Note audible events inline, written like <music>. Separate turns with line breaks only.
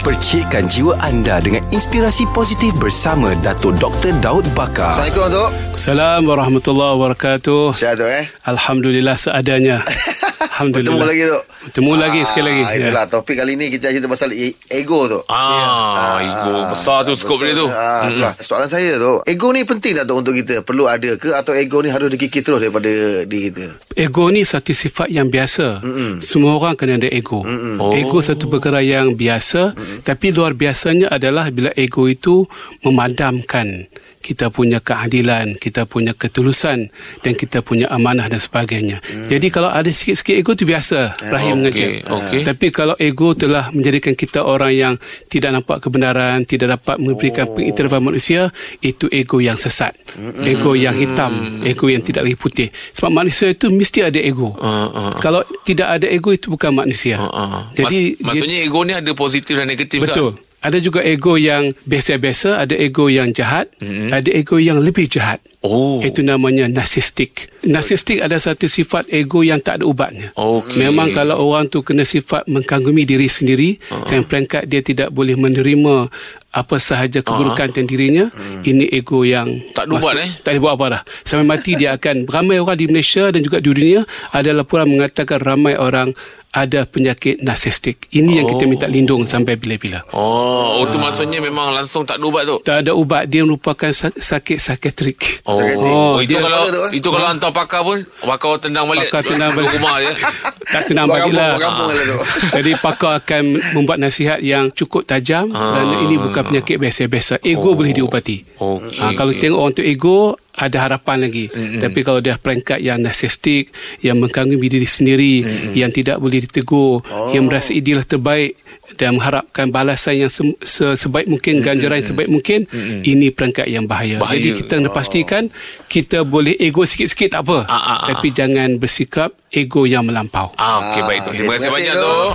Percikkan jiwa anda dengan inspirasi positif bersama Dato' Dr. Daud Bakar.
Assalamualaikum Tok
Assalamualaikum warahmatullahi wabarakatuh.
Sihat Tok eh
Alhamdulillah seadanya. Alhamdulillah.
Bertemu lagi Tok
Bertemu lagi sekali lagi.
Ya.
Ah, Itulah topik kali ni Kita cerita pasal e- ego Tok
Ah, ego besar tu skop dia tu. Hmm.
Ah, itulah. Soalan saya tu Ego ni penting tak Tok untuk kita Perlu ada ke Atau ego ni harus dikikir terus Daripada diri kita
Ego ni satu sifat yang biasa. Mm-mm. Semua orang kena ada ego. Mm-mm. Ego satu perkara yang biasa, Mm-mm. tapi luar biasanya adalah bila ego itu memadamkan kita punya keadilan, kita punya ketulusan dan kita punya amanah dan sebagainya. Mm. Jadi kalau ada sikit-sikit ego itu biasa, rahim
okey,
okay,
okey.
Tapi kalau ego telah menjadikan kita orang yang tidak nampak kebenaran, tidak dapat memberikan oh. pengiktirafan manusia, itu ego yang sesat. Ego yang hitam, ego yang tidak lagi putih. Sebab manusia itu mesti ada ego.
ah, ah.
Kalau tidak ada ego itu bukan manusia.
Ah, ah.
Jadi
Mas,
dia-
maksudnya ego ni ada positif dan negatif
betul.
Kan?
Ada juga ego yang biasa-biasa, ada ego yang jahat, mm-hmm. ada ego yang lebih jahat.
Oh.
Itu namanya narsistik. Narsistik ada satu sifat ego yang tak ada ubatnya.
Okey.
Memang kalau orang tu kena sifat mengkagumi diri sendiri,
Ah.
uh-huh. dan perangkat dia tidak boleh menerima apa sahaja keburukan uh-huh. dirinya, ini ego yang
Ah. Hmm. Tak ada ubat, eh?
Tak ada buat apa dah. Sampai mati dia akan ramai orang di Malaysia dan juga di dunia ada laporan mengatakan ramai orang ada penyakit narsistik. Ini oh. yang kita minta lindung sampai bila-bila.
Oh, oh tu maksudnya memang langsung tak ada ubat tu.
Tak ada ubat dia merupakan sa- sakit psikiatrik.
Oh,
Sakit.
oh itu
dia-
kalau
Kepala tu, eh?
itu kalau hantar pakar pun pakar tendang balik.
Pakar tendang
Ke
balik.
rumah dia.
<laughs> Tak tenang
Buat kampung
bagilah.
Buat kampung lah Tok
Jadi pakar akan membuat nasihat yang cukup tajam
Ah.
kerana ini bukan penyakit biasa-biasa. Ego oh. boleh diubati.
Okey.
Ha, kalau tengok orang tu ego ada harapan lagi. Mm-hmm. Tapi kalau dia peringkat yang narsistik, yang mengkagumi diri sendiri, mm-hmm. yang tidak boleh ditegur, oh. yang merasa idelah terbaik dan mengharapkan balasan yang se- se- sebaik mungkin, ganjaran yang sebaik mungkin, mm-hmm. ini peringkat yang bahaya.
Bahaya. Oh.
Jadi kita kena pastikan kita boleh ego sikit-sikit tak apa.
Ah, ah, ah.
Tapi jangan bersikap ego yang melampau.
Ah, okey
Ah,
baik tu. Terima
okey,
kasih
terima
banyak
kasih,
tu.
Tok.